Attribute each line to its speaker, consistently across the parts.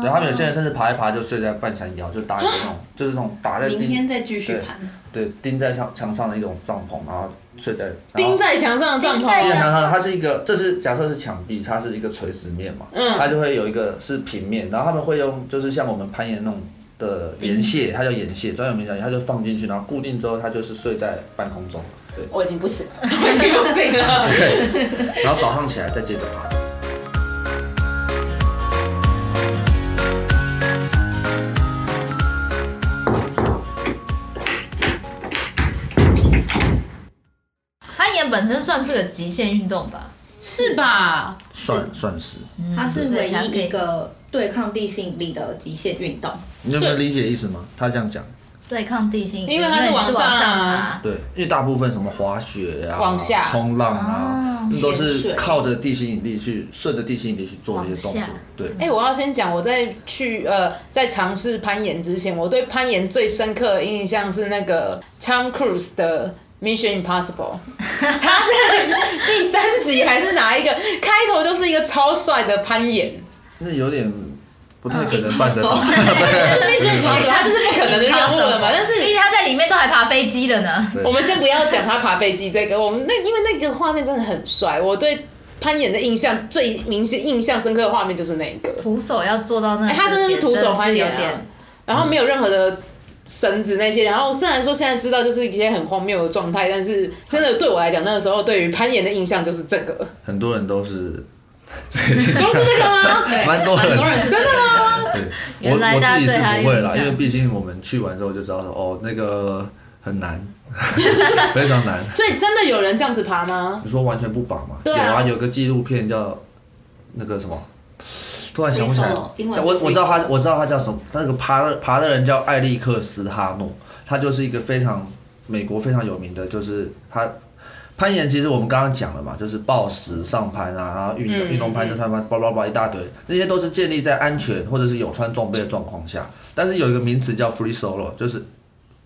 Speaker 1: 对他们有些人
Speaker 2: 哦
Speaker 1: 甚至爬一爬就睡在半山腰，就搭一个
Speaker 2: 啊
Speaker 1: 那种，就是那种打在
Speaker 3: 明
Speaker 1: 钉
Speaker 3: 天再继续盘。
Speaker 1: 对钉在墙墙上的一种帐篷，然后睡在然后
Speaker 2: 钉在墙上的帐
Speaker 4: 钉在
Speaker 1: 钉在
Speaker 2: 篷，
Speaker 1: 墙上，它是一个这是假设是墙壁，它是一个垂直面嘛，
Speaker 2: 嗯
Speaker 1: 它就会有一个是平面，然后他们会用就是像我们攀岩那种的岩屑，它叫岩屑，专有名讲，它就放进去，然后固定之后，它就是睡在半空中， 对，
Speaker 2: 我已经不行，了，我已经不行 了。
Speaker 1: 然后早上起来再接着爬。
Speaker 4: 攀岩本身算是个极限运动吧？
Speaker 2: 是吧？
Speaker 1: 算算是，
Speaker 2: 嗯
Speaker 3: 它是唯一一个对抗地心引力的极限运动。
Speaker 1: 你有没有理解意思吗？他这样讲，
Speaker 4: 对抗地心引力，
Speaker 2: 因为它是
Speaker 4: 你是
Speaker 2: 往上啊
Speaker 4: 爬，
Speaker 1: 对，因为大部分什么滑雪呀、
Speaker 2: 往下
Speaker 1: 冲浪啊，那都
Speaker 3: 潜
Speaker 1: 是
Speaker 3: 水
Speaker 1: 靠着地心引力去顺着地心引力去做这些动
Speaker 4: 往
Speaker 1: 作
Speaker 4: 下。
Speaker 1: 对，
Speaker 2: 哎、我要先讲，我在去呃，在尝试攀岩之前，我对攀岩最深刻的印象是那个 Tom Cruise 的。Mission Impossible，他在第三集还是哪一个开头就是一个超帅的攀岩，
Speaker 1: 那有点不太可能办得到。
Speaker 2: 嗯哦 就是必须不可能，他就是不可能的任务了嘛。但
Speaker 4: 毕
Speaker 2: 是
Speaker 4: 竟他在里面都还爬飞机了呢。
Speaker 2: 我们先不要讲他爬飞机这个，我们那因为那个画面真的很帅，我对攀岩的印象最明显、印象深刻的画面就是那一个，
Speaker 4: 徒手要做到那个
Speaker 2: 哎
Speaker 4: 点，
Speaker 2: 他真的是徒手攀岩啊
Speaker 4: 真的是有点
Speaker 2: 然后没有任何的。绳子那些，然后虽然说现在知道就是一些很荒谬的状态，但是真的对我来讲，那个时候对于攀岩的印象就是这个，
Speaker 1: 很多人都 是，
Speaker 2: 都是这 个吗？
Speaker 3: 对，
Speaker 1: 蛮多人
Speaker 3: 蛮多 人是
Speaker 2: 真的吗？
Speaker 1: 对我
Speaker 4: 原来
Speaker 1: 我
Speaker 4: 大家
Speaker 1: 自己是
Speaker 4: 对他
Speaker 1: 不会啦，
Speaker 4: 有印象
Speaker 1: 因为毕竟我们去完之后就知道说，哦，那个很难， 非常难。
Speaker 2: 所以真的有人这样子爬吗？
Speaker 1: 你说完全不绑吗？
Speaker 2: 啊对啊
Speaker 1: 有啊，有个纪录片叫那个什么，突然想不起来
Speaker 3: Free solo，英文。是
Speaker 1: 我
Speaker 3: free
Speaker 1: 我知道他，我知道他叫什么。那个爬的爬的人叫艾利克斯哈诺，他就是一个非常美国非常有名的，就是他攀岩。其实我们刚刚讲了嘛，就是暴食上攀啊，然后运动
Speaker 2: 嗯
Speaker 1: 运动攀登上攀，叭叭叭一大堆，那些都是建立在安全或者是有穿装备的状况下。但是有一个名词叫 free solo，就是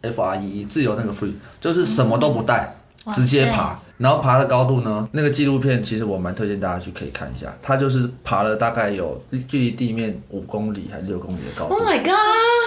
Speaker 1: F R E E 自由那个 free，就是什么都不带，
Speaker 4: 哇
Speaker 1: 直接
Speaker 4: 塞
Speaker 1: 爬。然后爬的高度呢？那个纪录片其实我蛮推荐大家去可以看一下，它就是爬了大概有距离地面五公里还是六公里的高度。
Speaker 2: Oh my god！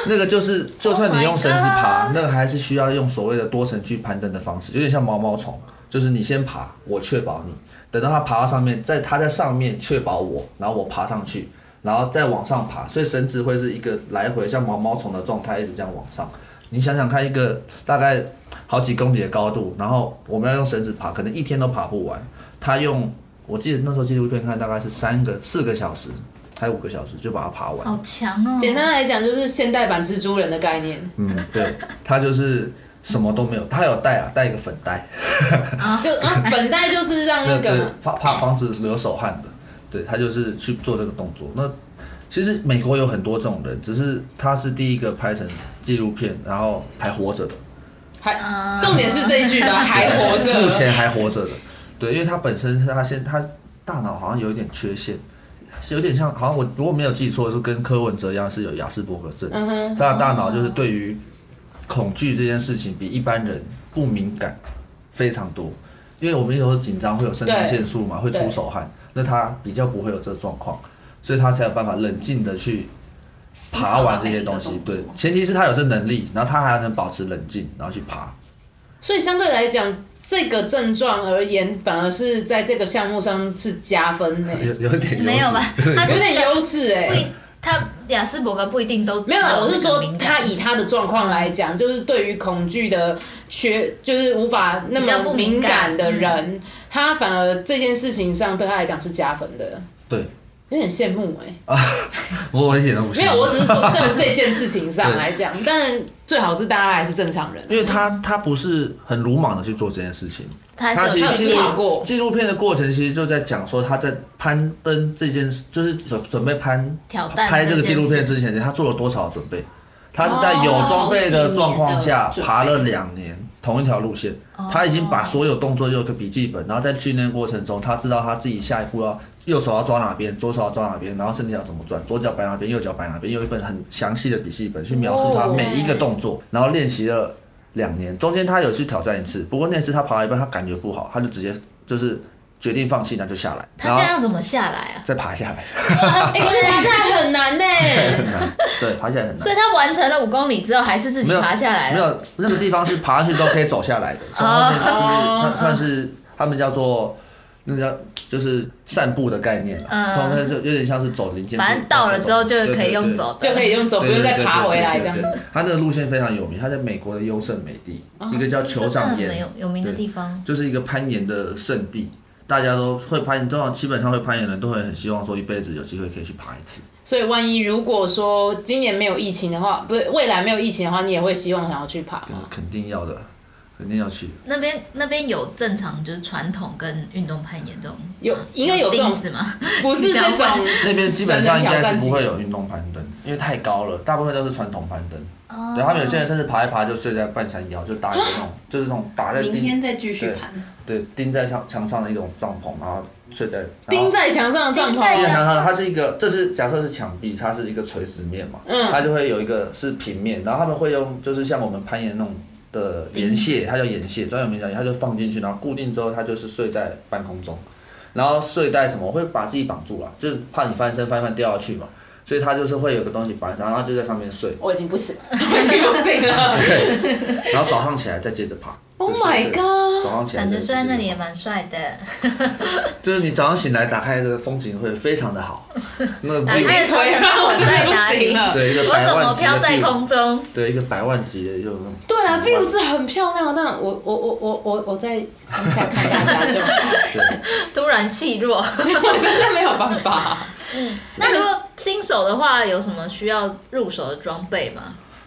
Speaker 1: 那个就是，就算
Speaker 4: Oh
Speaker 1: 你
Speaker 4: my
Speaker 1: 用绳子爬
Speaker 4: God
Speaker 1: 那个还是需要用所谓的多层去攀登的方式，有点像毛毛虫，就是你先爬，我确保你，等到它爬到上面，在它在上面确保我，然后我爬上去，然后再往上爬，所以绳子会是一个来回像毛毛虫的状态，一直这样往上。你想想看，一个大概好几公里的高度，然后我们要用绳子爬，可能一天都爬不完。他用，我记得那时候纪录片看大概是三个、四个小时，还有五个小时就把它爬完。
Speaker 4: 好强哦。
Speaker 2: 简单来讲就是现代版蜘蛛人的概念，
Speaker 1: 嗯，对，他就是什么都没有，他有带啊，带一个粉袋，
Speaker 2: 就啊，本代就是让那
Speaker 1: 那对
Speaker 2: 个
Speaker 1: 怕怕防止流手汗的，对他就是去做这个动作。那其实美国有很多这种人，只是他是第一个拍成纪录片，然后还活着的，
Speaker 2: 还
Speaker 4: 呃
Speaker 2: 重点是这一句吧，还活着。
Speaker 1: 目前还活着的，对，因为他本身他现他大脑好像有一点缺陷。是有点像，好像我如果没有记错，是跟柯文哲一样是有雅斯伯格症，
Speaker 2: 嗯哼，
Speaker 1: 他的大脑就是对于恐惧这件事情比一般人不敏感非常多，因为我们有时候紧张会有肾上腺素嘛，会出手汗，那他比较不会有这个状况，所以他才有办法冷静的去爬完这些东西。对，前提是他有这能力，然后他还能保持冷静，然后去爬。
Speaker 2: 所以相对来讲，这个症状而言，反而是在这个项目上是加分呢、
Speaker 1: 有有点优势
Speaker 4: 没有吧？他
Speaker 2: 有
Speaker 4: 是
Speaker 2: 点优势哎
Speaker 4: 不。一，他雅斯伯格不一定都
Speaker 2: 没有啦，
Speaker 4: 只
Speaker 2: 我是
Speaker 4: 那个
Speaker 2: 说
Speaker 4: 敏
Speaker 2: 他
Speaker 4: 感
Speaker 2: 以他的状况来讲，就是对于恐惧的缺，就是无法那
Speaker 4: 比较
Speaker 2: 么
Speaker 4: 不
Speaker 2: 敏
Speaker 4: 敏感嗯
Speaker 2: 感的人，他反而这件事情上对他来讲是加分的，
Speaker 1: 对，
Speaker 2: 有点羡慕哎、
Speaker 1: 我我一点都不
Speaker 2: 没
Speaker 1: 信。
Speaker 2: 有，我只是说 在这件事情上来讲，但最好是大家还是正常人。
Speaker 1: 因为他他不是很鲁莽的去做这件事情，
Speaker 4: 他
Speaker 1: 他
Speaker 4: 还
Speaker 1: 其
Speaker 4: 是
Speaker 1: 实
Speaker 4: 有
Speaker 2: 他
Speaker 1: 纪
Speaker 2: 思考
Speaker 1: 录
Speaker 2: 过
Speaker 1: 纪录片的过程，其实就在讲说他在攀登这件事，就是准准备攀
Speaker 4: 挑战
Speaker 1: 拍这个纪录片
Speaker 4: 件事，哦
Speaker 1: 之前，他做了多少准备？他是在有装备的状况下爬了两年同一条路线，
Speaker 4: 哦
Speaker 1: 他已经把所有动作有个笔记本，然后在训练过程中，他知道他自己下一步要右手要抓哪边，左手要抓哪边，然后身体要怎么转，左脚摆哪边，右脚摆哪边，有一本很详细的笔记本去描述他每一个动作，然后练习了两年，中间他有去挑战一次，不过那次他爬到一半，他感觉不好，他就直接就是决定放弃，那就下来，
Speaker 4: 他
Speaker 1: 然
Speaker 4: 这
Speaker 1: 后
Speaker 4: 样怎么下来啊？
Speaker 1: 再爬下来。
Speaker 2: 哎、可是爬下来很难呢、
Speaker 1: 对，爬起来很难
Speaker 4: 所以。他完成了五公里之后，还是自己
Speaker 1: 没有
Speaker 4: 爬下来
Speaker 1: 没
Speaker 4: 了。
Speaker 1: 有，那个地方是爬上去都可以走下来的，所以他们就是算算是他们叫做那叫就是散步的概念啦，
Speaker 4: 嗯
Speaker 1: 从那就有点像是走林间步，
Speaker 4: 反正到了之后就可以用走的，
Speaker 2: 就可以用走，
Speaker 1: 对，对
Speaker 2: 不用
Speaker 1: 对
Speaker 2: 再爬回来这
Speaker 1: 对对对
Speaker 2: 样。
Speaker 1: 对它那个路线非常有名，它在美国的优胜美地，一个叫酋
Speaker 4: 这真的
Speaker 1: 长
Speaker 4: 很
Speaker 1: 岩
Speaker 4: 有，有名的地方。
Speaker 1: 就是一个攀岩的圣地。大家都会攀岩，通常基本上会攀岩的人都会很希望说一辈子有机会可以去爬一次。
Speaker 2: 所以万一如果说今年没有疫情的话，不是未来没有疫情的话，你也会希望想要去爬吗？
Speaker 1: 肯定要的，肯定要去。
Speaker 4: 那边那边有正常就是传统跟运动攀岩这种，
Speaker 2: 有应该有这种
Speaker 4: 钉子吗？
Speaker 2: 不是这
Speaker 4: 你讲
Speaker 2: 种
Speaker 4: 完
Speaker 1: 那边基本上应该是不
Speaker 2: 神人挑战
Speaker 1: 会
Speaker 2: 级
Speaker 1: 有运动攀登，因为太高了，大部分都是传统攀登。
Speaker 4: 哦
Speaker 1: 对他们有些人甚至爬一爬就睡在半山腰，就搭一个那种，就是那种打在
Speaker 3: 明天
Speaker 1: 钉，
Speaker 3: 再继续盘。
Speaker 1: 对，钉在墙墙上的一种帐篷，然后睡在
Speaker 2: 钉
Speaker 1: 在。
Speaker 2: 在墙上的帐
Speaker 4: 钉在
Speaker 1: 钉
Speaker 2: 篷
Speaker 1: 在。墙上，它是一个，这是假设是墙壁，它是一个垂直面嘛，
Speaker 2: 嗯
Speaker 1: 它就会有一个是平面，然后他们会用就是像我们攀岩那种的岩屑，它叫岩屑，专有名讲，它就放进去，然后固定之后，它就是睡在半空中，然后睡袋什么我会把自己绑住了，就是怕你翻身翻一翻掉下去嘛，所以它就是会有个东西绑上，然后就在上面睡，
Speaker 2: 我已经不行，我已经不行 了。
Speaker 1: 然后早上起来再接着爬。
Speaker 2: Oh
Speaker 1: 对睡
Speaker 2: my
Speaker 1: 睡
Speaker 2: god！
Speaker 1: 早上起来
Speaker 4: 感
Speaker 1: 再
Speaker 4: 觉
Speaker 1: 接着
Speaker 4: 睡在那里也
Speaker 1: 爬
Speaker 4: 蛮帅的，
Speaker 1: 就是你早上醒来打开的风景会非常的 好，那个
Speaker 4: 打
Speaker 1: view-
Speaker 4: 开
Speaker 2: 吹了，我真的不行了。
Speaker 1: 对一个
Speaker 4: 我
Speaker 1: 百
Speaker 4: 怎么
Speaker 1: 万级
Speaker 4: 飘
Speaker 1: 的
Speaker 4: 在
Speaker 1: view
Speaker 4: 空中？
Speaker 1: 对，一个百万级的就
Speaker 2: 对啊
Speaker 1: 百万
Speaker 2: ，view 是很漂亮的，但我我我我我我在乡下看大家就好，
Speaker 1: 对，
Speaker 4: 突然气弱。
Speaker 2: 我真的没有办法。
Speaker 4: 那如果新手的话，有什么需要入手的装备吗？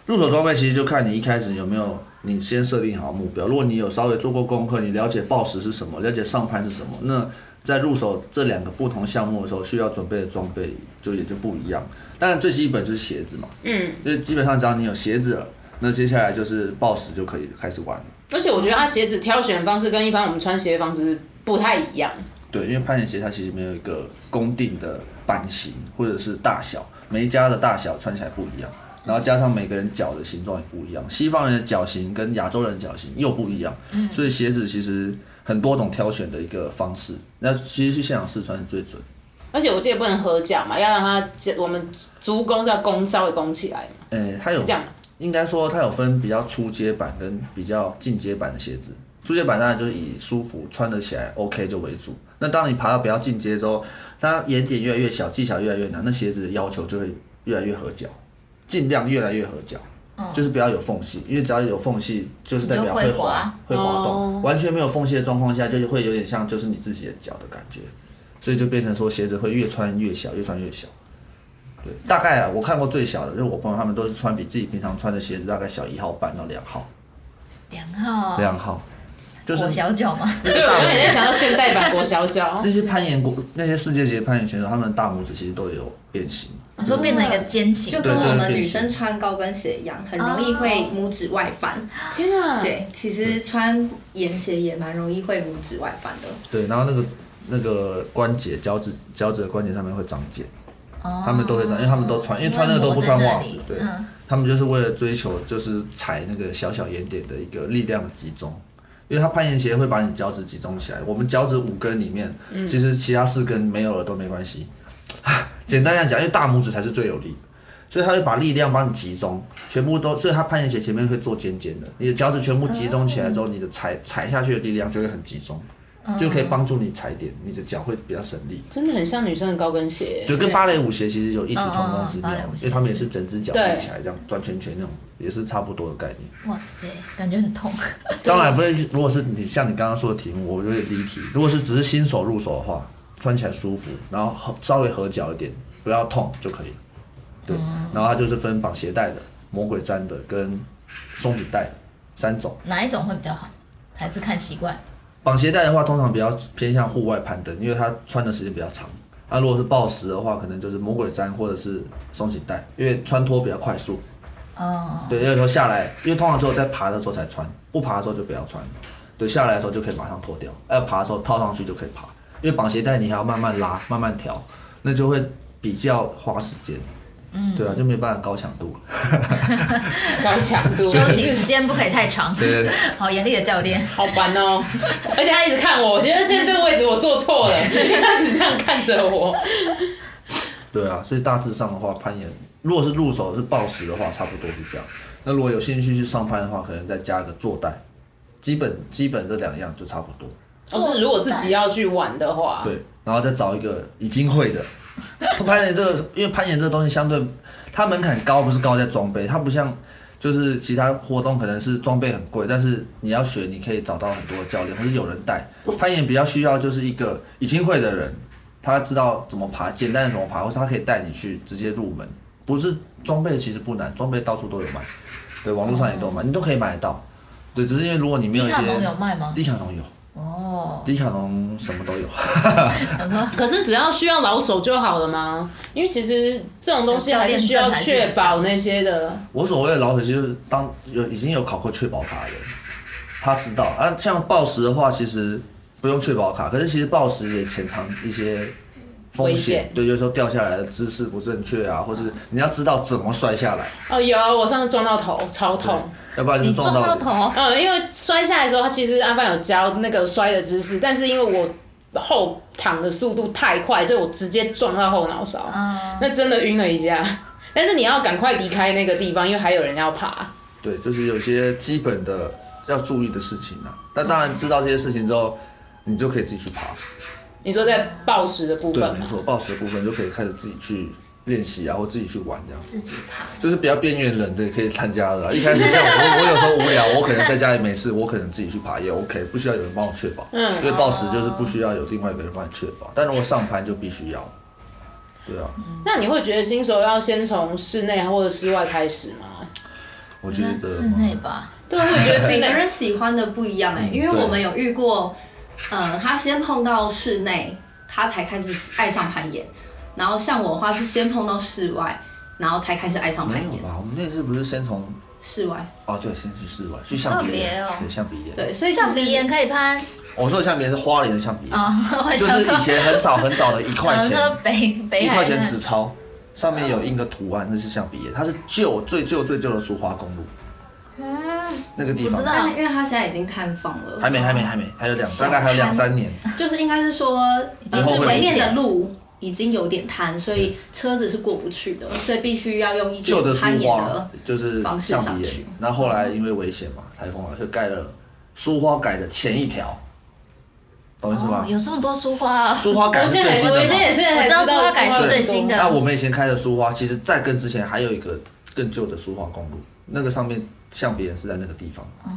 Speaker 1: 入手装备其实就看你一开始有没有你先设定好目标。如果你有稍微做过功课，你了解暴食是什么，了解上攀是什么，那在入手这两个不同项目的时候，需要准备的装备就也就不一样。当然最基本就是鞋子嘛，
Speaker 2: 嗯，
Speaker 1: 就是基本上只要你有鞋子了，那接下来就是暴食就可以开始玩了。
Speaker 2: 而且我觉得他鞋子挑选方式跟一般我们穿鞋的方式不太一样。
Speaker 1: 对，因为攀岩鞋它其实没有一个公定的版型或者是大小，每一家的大小穿起来不一样，然后加上每个人脚的形状也不一样，西方人的脚型跟亚洲人的脚型又不一样，
Speaker 2: 嗯
Speaker 1: 所以鞋子其实很多种挑选的一个方式。那其实去现场试穿是最准。
Speaker 2: 而且我记得不能合脚嘛，要让它我们足弓是要弓稍微弓起来嘛，
Speaker 1: 诶、它有
Speaker 2: 是这样吗。
Speaker 1: 应该说它有分比较初阶版跟比较进阶版的鞋子。初阶版当然就是以舒服穿得起来 OK 就为主。那当你爬到比较进阶之后，它眼点越来越小，技巧越来越难，那鞋子的要求就会越来越合脚，尽量越来越合脚。就是不要有缝隙，因为只要有缝隙，就是代表
Speaker 4: 嗯你就会
Speaker 1: 滑
Speaker 4: 滑、
Speaker 1: 会滑动。
Speaker 2: 哦
Speaker 1: 完全没有缝隙的状况下，就是会有点像就是你自己的脚的感觉，所以就变成说鞋子会越穿越小，越穿越小。对，大概啊，我看过最小的，就是我朋友他们都是穿比自己平常穿的鞋子大概小一号半到两号，
Speaker 4: 两号，
Speaker 1: 两号，就是
Speaker 4: 裹哦小脚吗？
Speaker 2: 对，我有点在想到现代版裹小脚
Speaker 1: 那，些攀岩国那些世界级的攀岩选手，他们的大拇指其实都有变形。
Speaker 4: 你说变成一个尖形，
Speaker 3: 就跟
Speaker 1: 对
Speaker 3: 我
Speaker 1: 真的
Speaker 3: 们
Speaker 1: 变
Speaker 3: 女
Speaker 1: 形
Speaker 3: 生穿高跟鞋一样，很容
Speaker 2: 哦
Speaker 3: 易会拇指外翻。
Speaker 2: 天啊！，
Speaker 3: 对，其实穿岩鞋也蛮容易会拇指外翻的。
Speaker 1: 对，然后那个那个关节脚趾脚趾的关节上面会长茧，
Speaker 4: 哦
Speaker 1: 他们都会穿因为他们都穿因为穿那个都不穿袜子
Speaker 4: 因为磨在那里
Speaker 1: 对
Speaker 4: 嗯
Speaker 1: 他们就是为了追求就是踩那个小小圆点的一个力量的集中，因为它攀岩鞋会把你脚趾集中起来。我们脚趾五根里面，其实其他四根没有了都没关系。 啊简单来讲，因为大拇指才是最有力，所以它会把力量帮你集中，全部都，所以它攀岩鞋前面会做尖尖的，你的脚趾全部集中起来之后，你的踩踩下去的力量就会很集中，嗯就可以帮助你踩点，你的脚会比较省力。
Speaker 2: 真的很像女生的高跟鞋。
Speaker 1: 就跟芭蕾舞鞋其实有异曲同工之
Speaker 4: 嗯嗯嗯
Speaker 1: 妙
Speaker 4: 芭蕾舞，
Speaker 1: 因
Speaker 4: 鞋
Speaker 1: 为他们也是整只脚
Speaker 2: 对
Speaker 1: 立起来这样转圈圈那种，也是差不多的概念。
Speaker 4: 哇塞，感觉很痛。
Speaker 1: 当然不是，如果是你像你刚刚说的题目，我有点离题。如果是只是新手入手的话，穿起来舒服，然后合稍微合脚一点，不要痛就可以。对，
Speaker 4: 哦
Speaker 1: 然后它就是分绑鞋带的、魔鬼毡的跟松紧带的三种。
Speaker 4: 哪一种会比较好？还是看习惯？
Speaker 1: 绑鞋带的话，通常比较偏向户外攀登，因为它穿的时间比较长。那、如果是暴食的话，可能就是魔鬼毡或者是松紧带，因为穿脱比较快速。
Speaker 4: 哦，
Speaker 1: 对，有时候下来，因为通常只有在爬的时候才穿，不爬的时候就不要穿。对，下来的时候就可以马上脱掉，要爬的时候套上去就可以爬。因为绑鞋带你还要慢慢拉、慢慢调，那就会比较花时间。嗯，对啊，就没办法高强度。
Speaker 2: 高强度，
Speaker 4: 休息时间不可以太长。
Speaker 1: 对对对
Speaker 4: 好严厉的教练，
Speaker 2: 好烦哦、而且他一直看我，我觉得现在这个位置我坐错 了，因为他只这样看着我。
Speaker 1: 对啊，所以大致上的话，攀岩如果是入手是暴食的话，差不多是这样。那如果有兴趣去上攀的话，可能再加个坐带，基本基本这两样就差不多。
Speaker 2: 哦，是如果自己要去玩的
Speaker 4: 啊
Speaker 2: 话，
Speaker 1: 对，然后再找一个已经会的。 攀岩这个，因为攀岩这个东西相对它门槛高，不是高在装备，它不像就是其他活动可能是装备很贵，但是你要学，你可以找到很多教练或是有人 带。攀岩比较需要就是一个已经会的人，他知道怎么爬，简单的怎么爬，或是他可以带你去直接入门。不是装备其实不难，装备到处都有卖，对，网络上也都有
Speaker 4: 嗯
Speaker 1: 卖，你都可以买得到。对，只是因为如果你没有
Speaker 4: 迪
Speaker 1: 一
Speaker 4: 卡
Speaker 1: 些
Speaker 4: 侬有卖吗？
Speaker 1: 地卡侬有，
Speaker 4: 哦，
Speaker 1: 地卡侬什么都有。
Speaker 2: 可是只要需要老手就好了吗？因为其实这种东西还是需
Speaker 4: 教
Speaker 2: 要
Speaker 4: 练证还是
Speaker 2: 确保那些的。
Speaker 1: 我所谓的老手，就是当有已经有考过确保卡的人，他知道啊。像暴食的话，其实不用确保卡，可是其实暴食也潜藏一些风
Speaker 2: 危
Speaker 1: 险
Speaker 2: 险，
Speaker 1: 对，有时候掉下来的姿势不正确啊，或是你要知道怎么摔下来，
Speaker 2: 哦，有啊我上次撞到头，超
Speaker 1: 对
Speaker 2: 痛。，
Speaker 1: 要不然就
Speaker 4: 你
Speaker 1: 是
Speaker 4: 撞
Speaker 1: 到
Speaker 4: 到
Speaker 1: 人
Speaker 4: 头，
Speaker 2: 嗯，因为摔下来的时候，他其实阿范有教那个摔的姿势，但是因为我后躺的速度太快，所以我直接撞到后脑勺，
Speaker 4: 嗯，
Speaker 2: 那真的晕了一下。但是你要赶快离开那个地方，因为还有人要爬。
Speaker 1: 对，就是有些基本的要注意的事情啊。但当然知道这些事情之后，你就可以自己去爬。
Speaker 2: 你说在暴食的部
Speaker 1: 对，
Speaker 2: 分
Speaker 1: 没
Speaker 2: 吗？
Speaker 1: 错，暴食的部分就可以开始自己去练习啊，或自己去玩这样。
Speaker 4: 自己爬。
Speaker 1: 就是比较边缘人的可以参加的啦。一开始像我，我有时候无聊，我可能在家里没事，我可能自己去爬也 OK，不需要有人帮我确保。
Speaker 2: 嗯
Speaker 1: 因为暴食就是不需要有另外一个人帮你确保，但如果上攀就必须要。对啊，
Speaker 2: 那你会觉得新手要先从室内或者室外开始吗？
Speaker 1: 我觉
Speaker 4: 应该
Speaker 1: 得
Speaker 4: 室内吧，
Speaker 2: 对，我觉得室
Speaker 3: 每个
Speaker 2: 内
Speaker 3: 人喜欢的不一样哎、因为
Speaker 1: 对
Speaker 3: 我们有遇过，呃，他先碰到室内，他才开始爱上攀岩，然后像我的话是先碰到室外，然后才开始爱上攀
Speaker 1: 没有
Speaker 3: 岩。
Speaker 1: 吧？我们那次不是先从
Speaker 3: 室外
Speaker 1: 哦，对，先去室外，去象鼻岩，
Speaker 4: 特别哦
Speaker 1: 对，象鼻岩。
Speaker 3: 对，所以其
Speaker 4: 橡
Speaker 3: 实
Speaker 4: 皮岩可以攀
Speaker 1: 我说的象鼻岩是花莲的象鼻岩，
Speaker 4: 啊， 我
Speaker 1: 就
Speaker 4: 想
Speaker 1: 是以
Speaker 4: 说，
Speaker 1: 前很早很早的一块
Speaker 4: 想
Speaker 1: 钱，
Speaker 4: 哦说北北
Speaker 1: 一
Speaker 4: 海
Speaker 1: 块钱
Speaker 4: 岸
Speaker 1: 纸钞，上面有印个图案，那是象鼻岩，它是旧最旧最旧的苏花公路
Speaker 4: 嗯，
Speaker 1: 那个地
Speaker 4: 我
Speaker 1: 方
Speaker 4: 知道。
Speaker 3: 但是因为他现在已经摊放了，
Speaker 1: 还没，还没，还没，还有两，大概还有两三年。
Speaker 3: 就是应该是说，
Speaker 1: 以
Speaker 3: 呃，
Speaker 1: 后会
Speaker 3: 前面
Speaker 4: 危
Speaker 3: 的
Speaker 4: 险
Speaker 3: 路已经有点瘫，所以车子是过不去的，所以必须要用一
Speaker 1: 旧的
Speaker 3: 种
Speaker 1: 苏
Speaker 3: 攀岩
Speaker 1: 花
Speaker 3: 的。
Speaker 1: 就是
Speaker 3: 方式
Speaker 1: 橡
Speaker 3: 上
Speaker 1: 皮岩
Speaker 3: 去，
Speaker 1: 那后来因为危险嘛，台风了，就盖了苏花改的前一条，懂意思
Speaker 4: 哦
Speaker 1: 吗，？
Speaker 4: 有这么多书花哦，
Speaker 1: 苏花改
Speaker 2: 我
Speaker 1: 是
Speaker 2: 现
Speaker 1: 最
Speaker 2: 在
Speaker 1: 新
Speaker 2: 我现在
Speaker 1: 的
Speaker 2: 也
Speaker 1: 嘛？
Speaker 2: 是才
Speaker 4: 我知道说要改
Speaker 2: 知道
Speaker 4: 是最
Speaker 2: 苏花
Speaker 4: 新
Speaker 2: 很多
Speaker 4: 的
Speaker 1: 那我们以前开的苏花，其实在更之前还有一个更旧的苏花公路，那个上面橡皮岩是在那个地方。哦。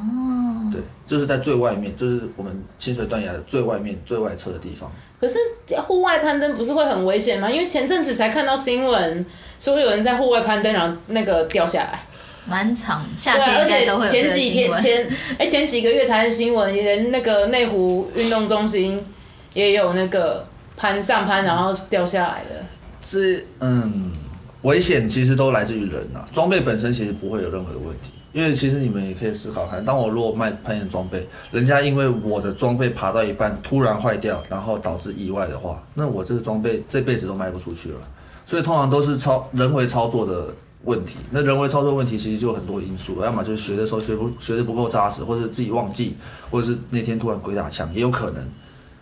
Speaker 1: 对，就是在最外面，就是我们清水断崖的最外面、最外侧的地方。
Speaker 2: 可是户外攀登不是会很危险吗？因为前阵子才看到新闻，说有人在户外攀登，然后那个掉下来。
Speaker 4: 蛮长，夏
Speaker 2: 对，啊
Speaker 4: 天
Speaker 2: 而
Speaker 4: 应该
Speaker 2: 且
Speaker 4: 都会有这
Speaker 2: 前
Speaker 4: 个
Speaker 2: 几
Speaker 4: 新
Speaker 2: 天
Speaker 4: 闻。
Speaker 2: 前哎、前几个月才是新闻，连那个内湖运动中心也有那个攀上攀然后掉下来的。
Speaker 1: 这嗯，危险其实都来自于人呐、装备本身其实不会有任何的问题，因为其实你们也可以思考看，当我如果卖攀岩装备，人家因为我的装备爬到一半突然坏掉，然后导致意外的话，那我这个装备这辈子都卖不出去了。所以通常都是操人为操作的问题。那人为操作问题其实就有很多因素，要么就是学的时候学不学的不够扎实，或者是自己忘记，或者是那天突然鬼打墙也有可能。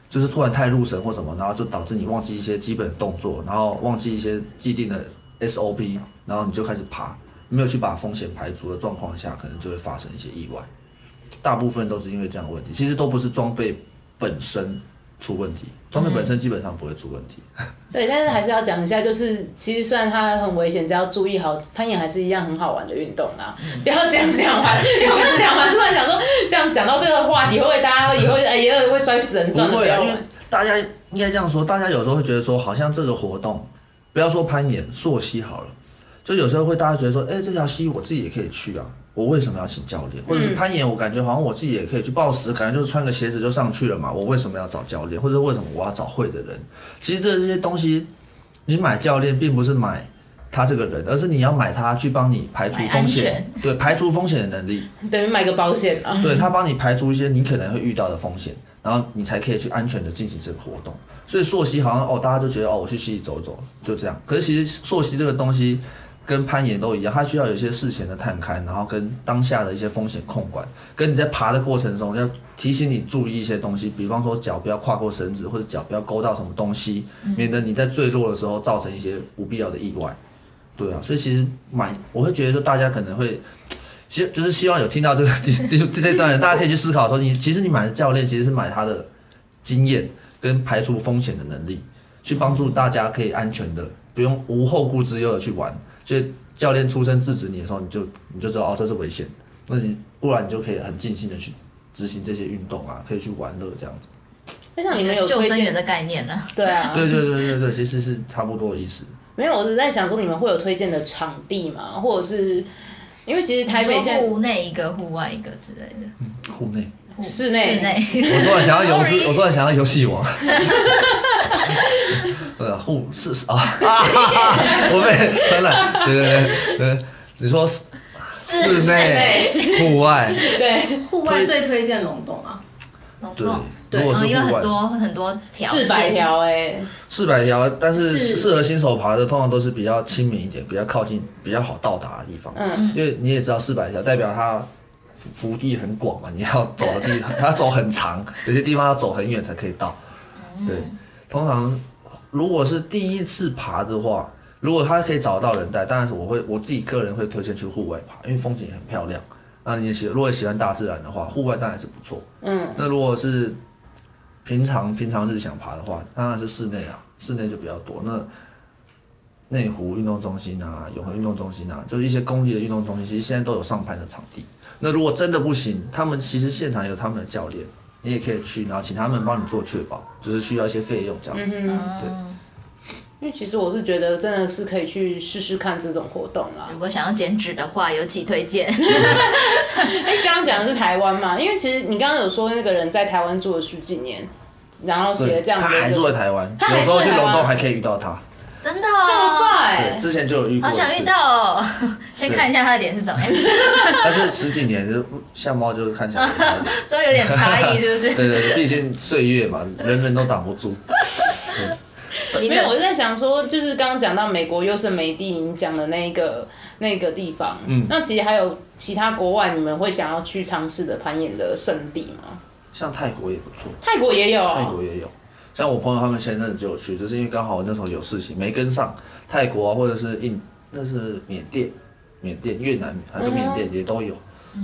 Speaker 1: 就是突然太入神或什么，然后就导致你忘记一些基本动作，然后忘记一些既定的 SOP，然后你就开始爬，没有去把风险排除的状况下，可能就会发生一些意外。大部分都是因为这样的问题，其实都不是装备本身出问题，装备本身基本上不会出问题。
Speaker 2: 对，但是还是要讲一下，就是其实虽然它很危险，只要注意好，攀岩还是一样很好玩的运动啦。
Speaker 1: 嗯
Speaker 2: 不要这样讲完， 我刚讲完突然想说，这样讲到这个话题，会不会大家以后哎也有会摔死人？算了，
Speaker 1: 不
Speaker 2: 不
Speaker 1: 会啊，
Speaker 2: 要
Speaker 1: 因为
Speaker 2: 玩。
Speaker 1: 大家应该这样说，大家有时候会觉得说，好像这个活动，不要说攀岩、溯溪好了，就有时候会大家觉得说，哎、这条溪我自己也可以去啊，我为什么要请教练？或者是攀岩，我感觉好像我自己也可以去报时，感觉就是穿个鞋子就上去了嘛，我为什么要找教练？或者为什么我要找会的人？其实这些东西，你买教练并不是买。他这个人，而是你要买他去帮你排除
Speaker 4: 买
Speaker 1: 风
Speaker 4: 安
Speaker 1: 险
Speaker 4: 全，
Speaker 1: 对排除风险的能力。
Speaker 2: 等于买个保险啊。
Speaker 1: 对他帮你排除一些你可能会遇到的风险，然后你才可以去安全的进行这个活动。所以溯溪好像哦，大家就觉得哦，我去溪里走一走就这样。可是其实溯溪这个东西跟攀岩都一样，它需要有一些事前的探勘，然后跟当下的一些风险控管，跟你在爬的过程中要提醒你注意一些东西，比方说脚不要跨过绳子，或者脚不要勾到什么东西，免得你在坠落的时候造成一些不必要的意外。对啊，所以其实买，我会觉得说大家可能会，希就是希望有听到这个 第第第这段的人，大家可以去思考说你，其实你买的教练其实是买他的经验跟排除风险的能力，去帮助大家可以安全的，不用无后顾之忧的去玩。所以教练出声制止你的时候，你就你就知道哦，这是危险的，那你不然你就可以很尽兴的去执行这些运动啊，可以去玩乐这样子。
Speaker 2: 哎，那你们有
Speaker 4: 救
Speaker 2: 推
Speaker 4: 生员
Speaker 2: 荐？
Speaker 4: 的概念呢？
Speaker 2: 对啊，
Speaker 1: 对对对对对，其实是差不多的意思。
Speaker 2: 没有，我是在想说你们会有推荐的场地吗？或者是因为其实台北
Speaker 4: 你说
Speaker 2: 现
Speaker 4: 户内一个，户外一个之类的。
Speaker 1: 户内，
Speaker 2: 在室内
Speaker 4: 室内，
Speaker 1: 我突然想 要游
Speaker 4: Sorry
Speaker 1: 资，我突然想要游戏王。 呃，户是是啊啊！我被传染，对对对对，你说室室内、户 外，
Speaker 2: 对
Speaker 3: 户外最推荐龙洞啊，
Speaker 4: 龙
Speaker 1: 哦对嗯
Speaker 4: 洞，，
Speaker 1: 如果
Speaker 4: 然后
Speaker 1: 是
Speaker 4: 因为
Speaker 1: 户
Speaker 4: 哦很
Speaker 1: 外，
Speaker 4: 多很多条线，
Speaker 2: 四百条哎，
Speaker 1: 四百条，但是
Speaker 3: 是
Speaker 1: 适合新手爬的通常都是比较亲民一点，比较靠近、比较好到达的地方。
Speaker 2: 嗯，
Speaker 1: 因为你也知道四百条代表它幅幅地很广嘛，你要走的地方，它要走很长，有些地方要走很远才可以到。对，通常如果是第一次爬的话，如果他可以找到人带，当然是我会我自己个人会推荐去户外爬，因为风景也很漂亮。那你也喜如果喜欢大自然的话，户外当然是不错。
Speaker 2: 嗯，
Speaker 1: 那如果是平常平常日想爬的话，当然是室内啊，室内就比较多。那内湖运动中心啊，永和运动中心啊，就是一些公立的运动中心，其实现在都有上攀的场地。那如果真的不行，他们其实现场有他们的教练，你也可以去，然后请他们帮你做确保，就是需要一些费用这样子。
Speaker 4: 嗯，
Speaker 2: 因为其实我是觉得真的是可以去试试看这种活动啦。
Speaker 4: 如果想要减脂的话，尤其推 荐。
Speaker 2: 哎，刚刚讲的是台湾嘛，因为其实你刚刚有说那个人在台湾住了十几年，然后写了
Speaker 1: 对，
Speaker 2: 这样子
Speaker 1: 他
Speaker 2: 的一个，
Speaker 1: 还住在台湾，
Speaker 2: 他还
Speaker 1: 有时候
Speaker 2: 住在
Speaker 1: 去
Speaker 2: 台湾哎
Speaker 1: 龙洞还可以遇到他。
Speaker 4: 真的、
Speaker 2: 这么
Speaker 4: 哦，
Speaker 2: 帅
Speaker 1: 对，，之前就有遇过
Speaker 4: 好
Speaker 1: 一次，
Speaker 4: 想遇到哦！ 先看一下他的脸是怎么样，
Speaker 1: 但是十几年就相貌就看起来不太一样。
Speaker 4: 所以有点差异，是不是？
Speaker 1: 对对对，毕竟岁月嘛，人人都挡不住。
Speaker 4: 你
Speaker 2: 没有，我是在想说，就是刚刚讲到美国优胜美地，你讲的那一个那个地方，嗯，那其实还有其他国外你们会想要去尝试的攀岩的圣地吗？
Speaker 1: 像泰国也不错，
Speaker 2: 泰国也有
Speaker 1: 泰
Speaker 2: 啊，
Speaker 1: 国也有。像我朋友他们前阵子就有去，就是因为刚好那时候有事情没跟上。泰国啊，或者是印，那是缅甸、缅甸、越南还有缅甸也都有，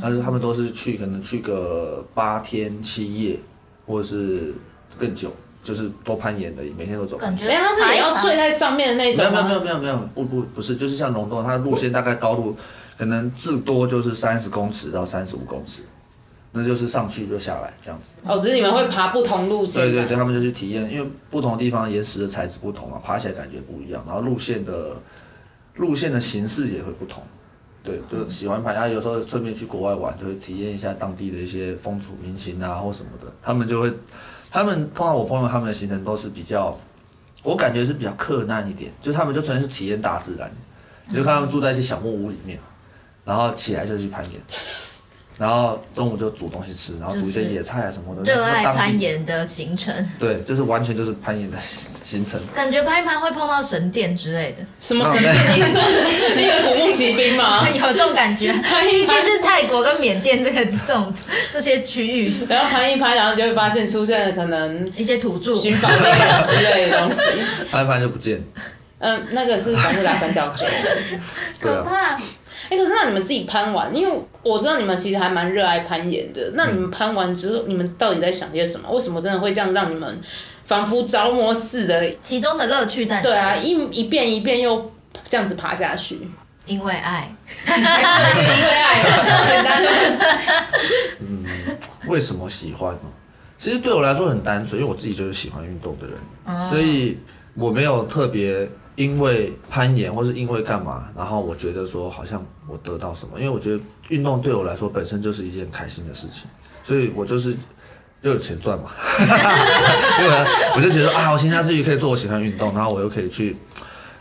Speaker 1: 但是他们都是去可能去个八天七夜，或者是更久，就是都攀岩的，每天都走。
Speaker 4: 感觉
Speaker 2: 哎，他是也要睡在上面的那
Speaker 1: 没有没有
Speaker 2: 种
Speaker 1: 没
Speaker 2: 吗？
Speaker 1: 有没有没有，不不不是，就是像龙洞，它的路线大概高度可能至多就是三十公尺到三十五公尺，那就是上去就下来这样子。
Speaker 2: 哦，只是你们会爬不同路线，啊
Speaker 1: 对对对，，他们就去体验，因为不同地方岩石的材质不同嘛，爬起来感觉不一样，然后路线的路线的形式也会不同。对，
Speaker 4: 嗯
Speaker 1: 就喜欢爬，然后啊有时候顺便去国外玩，就会体验一下当地的一些风土民情啊，或什么的。他们就会，他们通常我朋友他们的行程都是比较，我感觉是比较克难一点，就他们就纯粹是体验大自然，你就看他们住在一些小木屋里面，然后起来就去攀岩，然后中午就煮东西吃，然后煮一些
Speaker 4: 就是
Speaker 1: 野菜啊什么的。
Speaker 4: 热爱
Speaker 1: 当地
Speaker 4: 攀岩的行程，
Speaker 1: 对，就是完全就是攀岩的 行程。
Speaker 4: 感觉攀一攀会碰到神殿之类的，
Speaker 2: 什么神殿？你是说 那个古墓奇兵 吗？
Speaker 4: 有这种感觉。
Speaker 2: 攀一
Speaker 4: 毕
Speaker 2: 攀
Speaker 4: 竟是泰国跟缅甸这个这种这些区域，
Speaker 2: 然后攀一攀，然后你就会发现出现了可能
Speaker 4: 一些土著，
Speaker 2: 寻宝猎人之类的东西。
Speaker 1: 攀一攀就不见了，
Speaker 2: 嗯，那个是反正打三角洲。
Speaker 1: 对
Speaker 4: 可
Speaker 1: 啊，
Speaker 4: 怕。
Speaker 2: 哎、可是那你们自己攀完，因为我知道你们其实还蛮热爱攀岩的。那你们攀完之后，你们到底在想些什么？为什么真的会这样让你们仿佛着魔似的？
Speaker 4: 其中的乐趣在哪？
Speaker 2: 对啊，，一一遍一遍又这样子爬下去，
Speaker 4: 因为 爱，
Speaker 2: 啊还是因为爱嘛，这么简单。
Speaker 1: 为什么喜欢呢？其实对我来说很单纯，因为我自己就是喜欢运动的人，所以我没有特别因为攀岩或是因为干嘛，然后我觉得说好像我得到什么，因为我觉得运动对我来说本身就是一件开心的事情，所以我就是又有钱赚嘛， 对啊，我就觉得啊，我闲暇之余可以做我喜欢的运动，然后我又可以去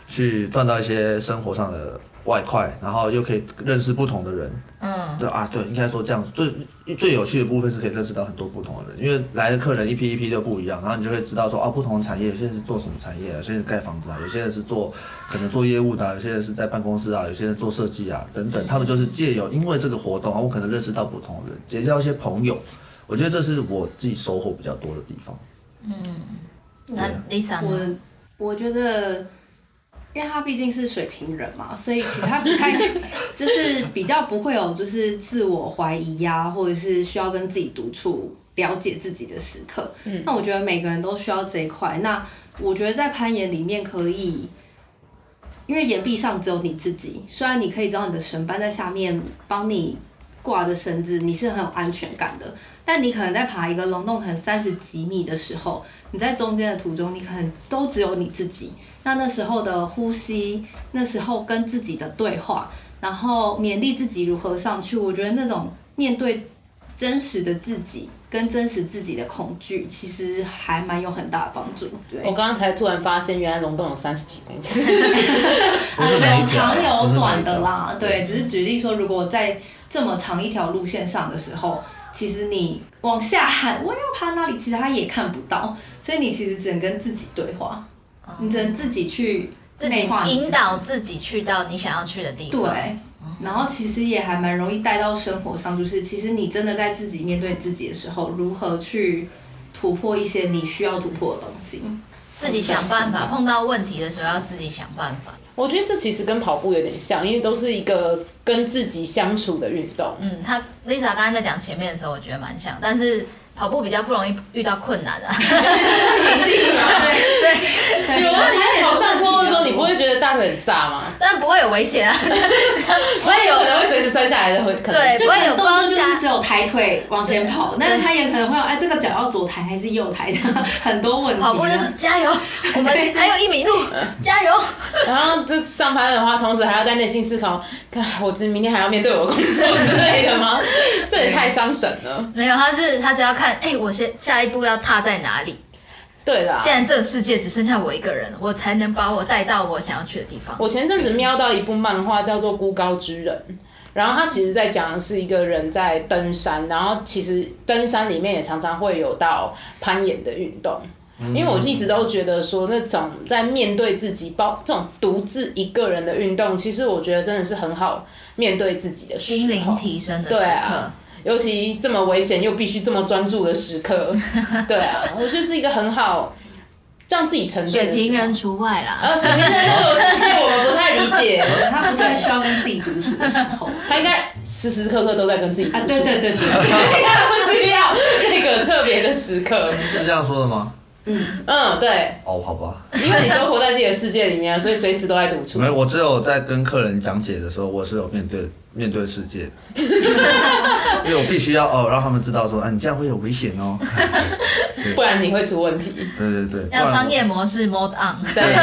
Speaker 1: 去赚到一些生活上的外快，然后又可以认识不同的人，
Speaker 4: 嗯，
Speaker 1: 对啊，对，应该说这样子最最有趣的部分是可以认识到很多不同的人，因为来的客人一批一批就不一样，然后你就会知道说啊，不同的产业，有些人是做什么产业，有些人是盖房子啊，有些人是做可能做业务的啊、有些人是在办公室啊，有些人做设计啊等等，他们就是借由因为这个活动啊，我可能认识到不同的人，结交一些朋友，我觉得这是我自己收获比较多的地方。啊
Speaker 4: 那 Lisa 呢？
Speaker 3: 我我觉得因为他毕竟是水瓶人嘛，所以其实他不太 就是比较不会有就是自我怀疑呀、或者是需要跟自己独处了解自己的时刻。那我觉得每个人都需要这一块。那我觉得在攀岩里面可以。因为岩壁上只有你自己，虽然你可以知道你的神班在下面帮你挂着绳子，你是很有安全感的，但你可能在爬一个龙洞，可能三十几米的时候，你在中间的途中，你可能都只有你自己。那那时候的呼吸，那时候跟自己的对话，然后勉励自己如何上去，我觉得那种面对真实的自己跟真实自己的恐惧，其实还蛮有很大的帮助。对，
Speaker 2: 我刚刚才突然发现，原来龙洞有三十几公尺。
Speaker 1: 不是每一
Speaker 3: 有
Speaker 1: 条
Speaker 3: 长
Speaker 1: 不
Speaker 3: 有
Speaker 1: 是每一
Speaker 3: 短的
Speaker 1: 条
Speaker 3: 啦，对，只是举例说，如果在这么长一条路线上的时候，其实你往下喊我要爬哪里，其实他也看不到，所以你其实只能跟自己对话，你只能自己去
Speaker 4: 自己
Speaker 3: 内化你自己
Speaker 4: 引导自己去到你想要去的地方。
Speaker 3: 对，然后其实也还蛮容易带到生活上，就是其实你真的在自己面对你自己的时候，如何去突破一些你需要突破的东西，
Speaker 4: 自己想办法，碰到问题的时候要自己想办法。
Speaker 2: 我觉得这其实跟跑步有点像，因为都是一个跟自己相处的运动。
Speaker 4: 嗯，他 Lisa 刚刚在讲前面的时候，我觉得蛮像，但是跑步比较不容易遇到困难 啊。
Speaker 2: 肯定啊嘛。
Speaker 3: 对，
Speaker 2: 有啊，你在跑 上坡的时候，你不
Speaker 3: 会。
Speaker 2: 会觉得大腿很炸吗？
Speaker 4: 但不会有 危险啊，
Speaker 2: 不会有可能会随时摔下来的，会可能
Speaker 4: 对
Speaker 2: 是
Speaker 3: 这
Speaker 4: 不会有
Speaker 3: 个动作
Speaker 4: 包
Speaker 3: 就
Speaker 4: 夹
Speaker 3: 是只有抬腿往前跑，但是他也可能会有哎，这个脚要左抬还是右抬，这样 很多问题啊。
Speaker 4: 跑步就是加油，我们还有一 米路，加油。
Speaker 2: 然后这上班的话，同时还要在内心思考，看我这明天还要面对我的工作之类的吗？这也太伤神了。
Speaker 4: 没有，他是他只要看，哎、我先下一步要踏在哪里？
Speaker 2: 对啦，
Speaker 4: 现在这个世界只剩下我一个人，我才能把我带到我想要去的地方。
Speaker 2: 我前阵子瞄到一部漫画叫做《孤高之人》，然后它其实在讲的是一个人在登山，然后其实登山里面也常常会有到攀岩的运动。因为我一直都觉得说，那种在面对自己包这种独自一个人的运动，其实我觉得真的是很好面对自己的时候
Speaker 4: 心灵提升的时
Speaker 2: 对
Speaker 4: 刻
Speaker 2: 啊，尤其这么危险又必须这么专注的时 刻，对啊，我觉得是一个很好让自己沉淀
Speaker 4: 水
Speaker 2: 的
Speaker 4: 平
Speaker 2: 时
Speaker 4: 人
Speaker 2: 候。
Speaker 4: 除外啦。
Speaker 2: 呃，水瓶人这种世界我们不太理解，
Speaker 3: 他不太需要跟自己独处的时候啊，
Speaker 2: 他应该时时刻刻都在跟自己独处
Speaker 3: 对对，对对，
Speaker 2: 他不需要那个特别的时 刻。
Speaker 1: 是这样说的吗？
Speaker 2: 嗯，对，
Speaker 1: 哦，好吧，
Speaker 2: 因为你都活在自己的世界里面啊，所以随时都在独处
Speaker 1: 没。有，我只有在跟客人讲解的时候，我是有面对面对世 界的，因为我必须要哦，让他们知道说，啊，你这样会有危险哦。
Speaker 2: 不然你会出问题。
Speaker 1: 对对对，不
Speaker 4: 要
Speaker 1: 然
Speaker 4: 商业模式 mode on，
Speaker 2: 对，哎、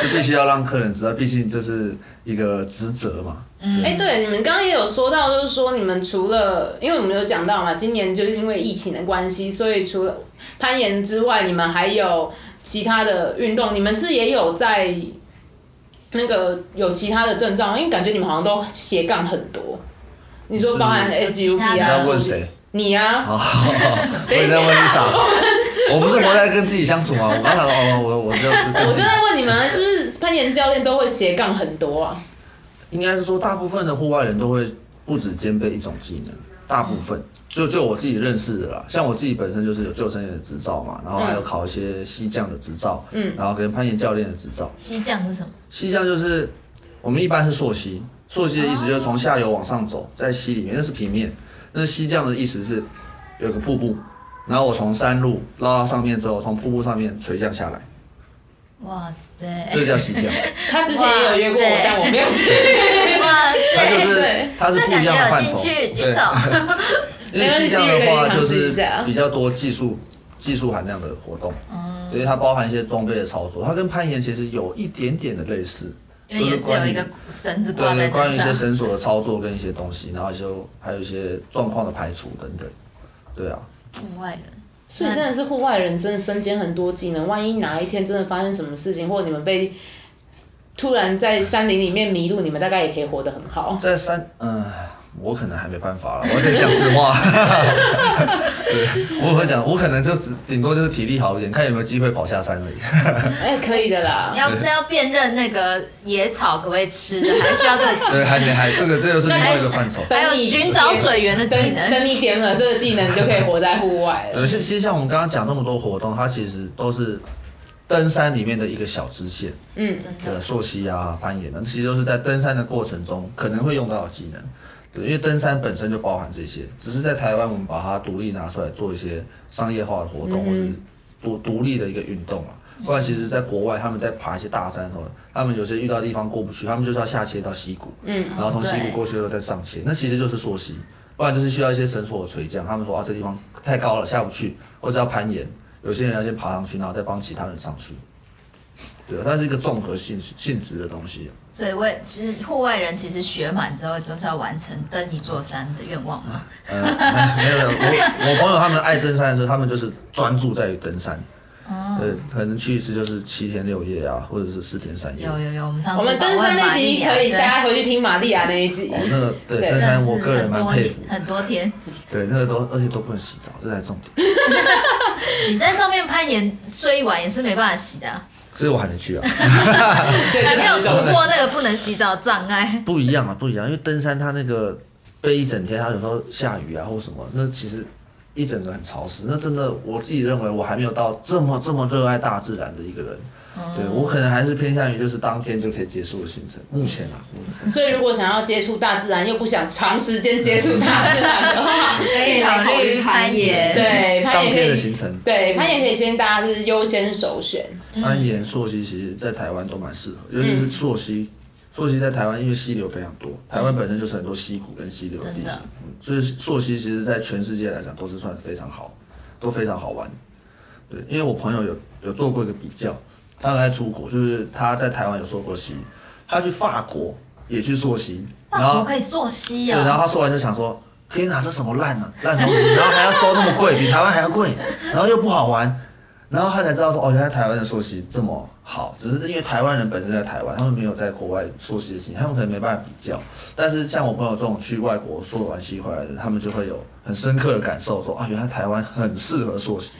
Speaker 1: 我就必须要让客人知道，毕竟这是一个职责嘛。
Speaker 4: 嗯
Speaker 2: 哎对，你们刚刚也有说到，就是说你们除了，因为我们有讲到嘛，今年就是因为疫情的关系，所以除了攀岩之外，你们还有其他的运动，你们是也有在那个有其他的症状，因为感觉你们好像都斜杠很多。你
Speaker 1: 嗯
Speaker 2: 说包含
Speaker 1: 有
Speaker 4: 其
Speaker 2: SUP
Speaker 4: 他
Speaker 1: 你
Speaker 4: 的
Speaker 2: 啊
Speaker 1: 在，问谁？
Speaker 2: 你啊，
Speaker 1: 哦， 我也在问你啥？我不是活在跟自己相处吗？我刚才说哦，我我就跟
Speaker 2: 我
Speaker 1: 自己
Speaker 2: 正在问你们，是不是攀岩教练都会斜杠很多啊？
Speaker 1: 应该是说，大部分的户外人都会不止兼备一种技能，大部分就就我自己认识的啦，像我自己本身就是有救生员的执照嘛，然后
Speaker 4: 嗯
Speaker 1: 还有考一些溪降的执照，嗯，然后跟攀岩教练的执照。
Speaker 4: 西酱是什么？
Speaker 1: 溪降就是我们一般是溯溪，溯溪的意思就是从下游往上走，在溪里面那是平面，那溪降的意思是有个瀑布，然后我从山路拉到上面之后，从瀑布上面垂降下来，
Speaker 4: 哇塞，
Speaker 1: 这叫溪 降，
Speaker 2: 他之前也有约过
Speaker 4: 哇
Speaker 2: 我
Speaker 4: 塞，
Speaker 2: 但我没有去。
Speaker 4: 哇
Speaker 1: 它就
Speaker 4: 塞，
Speaker 1: 是
Speaker 2: 对
Speaker 1: 它是
Speaker 4: 这
Speaker 1: 不
Speaker 4: 感
Speaker 1: 一样的
Speaker 4: 觉
Speaker 1: 范
Speaker 4: 有
Speaker 1: 畴，
Speaker 4: 兴趣，举
Speaker 1: 对
Speaker 4: 手。
Speaker 1: 因为西藏的话就是比较多技术技术含量的活动，
Speaker 4: 嗯
Speaker 1: 因为它包含一些装备的操作，它跟攀岩其实有一点点的类似，
Speaker 4: 因为也是有一个绳子
Speaker 1: 对
Speaker 4: 挂在
Speaker 1: 对，关于
Speaker 4: 身
Speaker 1: 一些
Speaker 4: 上。
Speaker 1: 绳索的操作跟一些东西，然后就还有一些状况的排除等等，对啊，
Speaker 4: 户外人，
Speaker 2: 所以真的是户外人，真的身兼很多技能。万一哪一天真的发生什么事情，或者你们被突然在山林里面迷路，你们大概也可以活得很 好。
Speaker 1: 在山，嗯、我可能还没办法了，我得讲实话， 对，我会讲，我可能就只顶多就是体力好一点，看有没有机会跑下山而已。
Speaker 2: 哎、可以的啦。
Speaker 4: 要那要辨认那个野草可不可以吃的，还需要这个技
Speaker 1: 对，还没还这个这又是另外一个范畴。
Speaker 4: 还有寻找水源的技
Speaker 2: 等
Speaker 4: 能。
Speaker 2: 等你点了这个技能，你就可以活在户外了。
Speaker 1: 对，是其实像我们刚刚讲这么多活动，它其实都是登山里面的一个小支线，
Speaker 4: 真的
Speaker 1: 呃，。溯溪啊、攀岩啊，其实都是在登山的过程中可能会用到的技能。对，因为登山本身就包含这些，只是在台湾我们把它独立拿出来做一些商业化的活动，或者是独独立的一个运动啊。不然，其实在国外他们在爬一些大山的时候，他们有些遇到地方过不去，他们就是要下切到溪谷，嗯，然后从溪谷过去之后再上切，那其实就是溯溪。不然就是需要一些绳索的垂降，他们说啊这地方太高了下不去，或者要攀岩，有些人要先爬上去，然后再帮其他人上去。对，它是一个综合性性质的东西。啊
Speaker 4: 所以我也其实户外人其实学满之后，就是要完成登一座山的愿望嘛。
Speaker 1: 呃，没有没有，我我朋友他们爱登山的时候，他们就是专注在于登山。
Speaker 4: 哦嗯
Speaker 1: 对，可能去一次就是七天六夜啊，或者是四天三夜。
Speaker 4: 有有有，我们上次
Speaker 2: 我们登山那集可以大家回去听玛利亚那一集。
Speaker 1: 哦，那个对
Speaker 2: 对
Speaker 1: 登山，我个人
Speaker 4: 很
Speaker 1: 蛮
Speaker 4: 多
Speaker 1: 佩服。
Speaker 4: 很多天，
Speaker 1: 对，那个都而且都不能洗澡，这才重点。
Speaker 4: 你在上面攀岩睡一晚也是没办法洗的啊、
Speaker 1: 所以我还能去啊，
Speaker 2: 所以
Speaker 4: 还没有
Speaker 2: 就
Speaker 4: 突破那个不能洗澡障碍。
Speaker 1: 不一样啊，不一样，因为登山它那个背一整天，它有时候下雨啊或什么，那其实一整个很潮湿。那真的我自己认为我还没有到这么这么热爱大自然的一个人。对我可能还是偏向于就是当天就可以结束的行程，目前啊，目前
Speaker 2: 所以如果想要接触大自然，又不想长时间接触大自然的话，
Speaker 3: 可以
Speaker 4: 考虑攀岩
Speaker 2: 对攀
Speaker 1: 当
Speaker 2: 岩可
Speaker 1: 天的
Speaker 2: 以，
Speaker 1: 行程，
Speaker 4: 嗯
Speaker 2: 对攀岩可以先大家就是优先首选。
Speaker 1: 攀岩、溯溪其实在台湾都蛮适合，尤其
Speaker 4: 嗯
Speaker 1: 是溯溪。溯溪在台湾因为溪流非常多，台湾本身就是很多溪谷跟溪流的地
Speaker 4: 真
Speaker 1: 形
Speaker 4: 的，
Speaker 1: 嗯所以溯溪其实在全世界来讲都是算非常好，都非常好玩。对，因为我朋友有有做过一个比较，他在出国，就是他在台湾有溯过溪，他去法国也去溯溪，然
Speaker 4: 那
Speaker 1: 后
Speaker 4: 我啊可以溯溪
Speaker 1: 对，然
Speaker 4: 哦，
Speaker 1: 后他说完就想说，天哪，这什么烂啊，烂东西，然后还要收那么贵，比台湾还要贵，然后又不好玩，然后他才知道说，哦，原来台湾的溯溪这么好，只是因为台湾人本身在台湾，他们没有在国外溯溪的经验，他们可能没办法比较。但是像我朋友这种去外国溯完溪回来的人，他们就会有很深刻的感受说，啊，原来台湾很适合溯溪。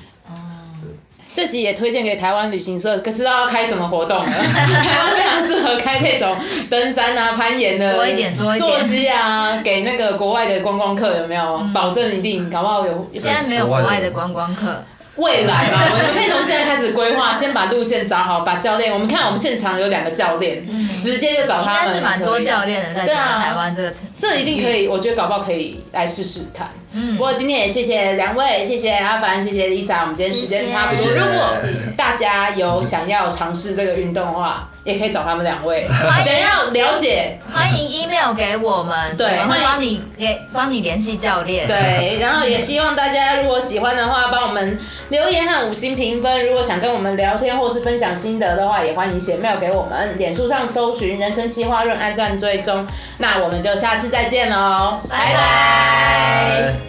Speaker 2: 这集也推荐给台湾旅行社，可知道要开什么活动了。 台湾非常适合开这种登山啊、攀岩的，
Speaker 4: 多一点多一点
Speaker 2: 溯溪啊，给那个国外的观光客有没有？保证一定，搞不好有
Speaker 4: 现在没有
Speaker 1: 国
Speaker 4: 国
Speaker 1: 外的
Speaker 4: 外的观光客，
Speaker 2: 未来嘛，我们可以从现在开始规划，先把路线找好，把教练，我们看我们现场有两个教练，直接就找
Speaker 4: 嗯应
Speaker 2: 哦他
Speaker 4: 该
Speaker 2: 们，
Speaker 4: 是蛮多教练的在
Speaker 2: 对
Speaker 4: 整
Speaker 2: 啊
Speaker 4: 个台湾这个城，
Speaker 2: 这一定可以，我觉得搞不好可以来试试看。嗯，不过今天也谢谢两位，谢谢阿凡，谢谢 Lisa，我们今天时间差不多。
Speaker 1: 谢谢
Speaker 2: 如果大家有想要尝试这个运动的话，也可以找他们两位。
Speaker 4: 欢迎
Speaker 2: 想要了解，
Speaker 4: 欢迎 email 给我们，
Speaker 2: 对
Speaker 4: 我们
Speaker 2: 欢
Speaker 4: 会
Speaker 2: 迎
Speaker 4: 帮你给帮你联系教练。
Speaker 2: 对，然后也希望大家如果喜欢的话，帮我们留言和五星评分。如果想跟我们聊天或是分享心得的话，也欢迎写 mail 给我们。脸书上搜寻“人生计划论”，按赞追踪。那我们就下次再见喽，拜拜
Speaker 4: 拜拜
Speaker 1: 哎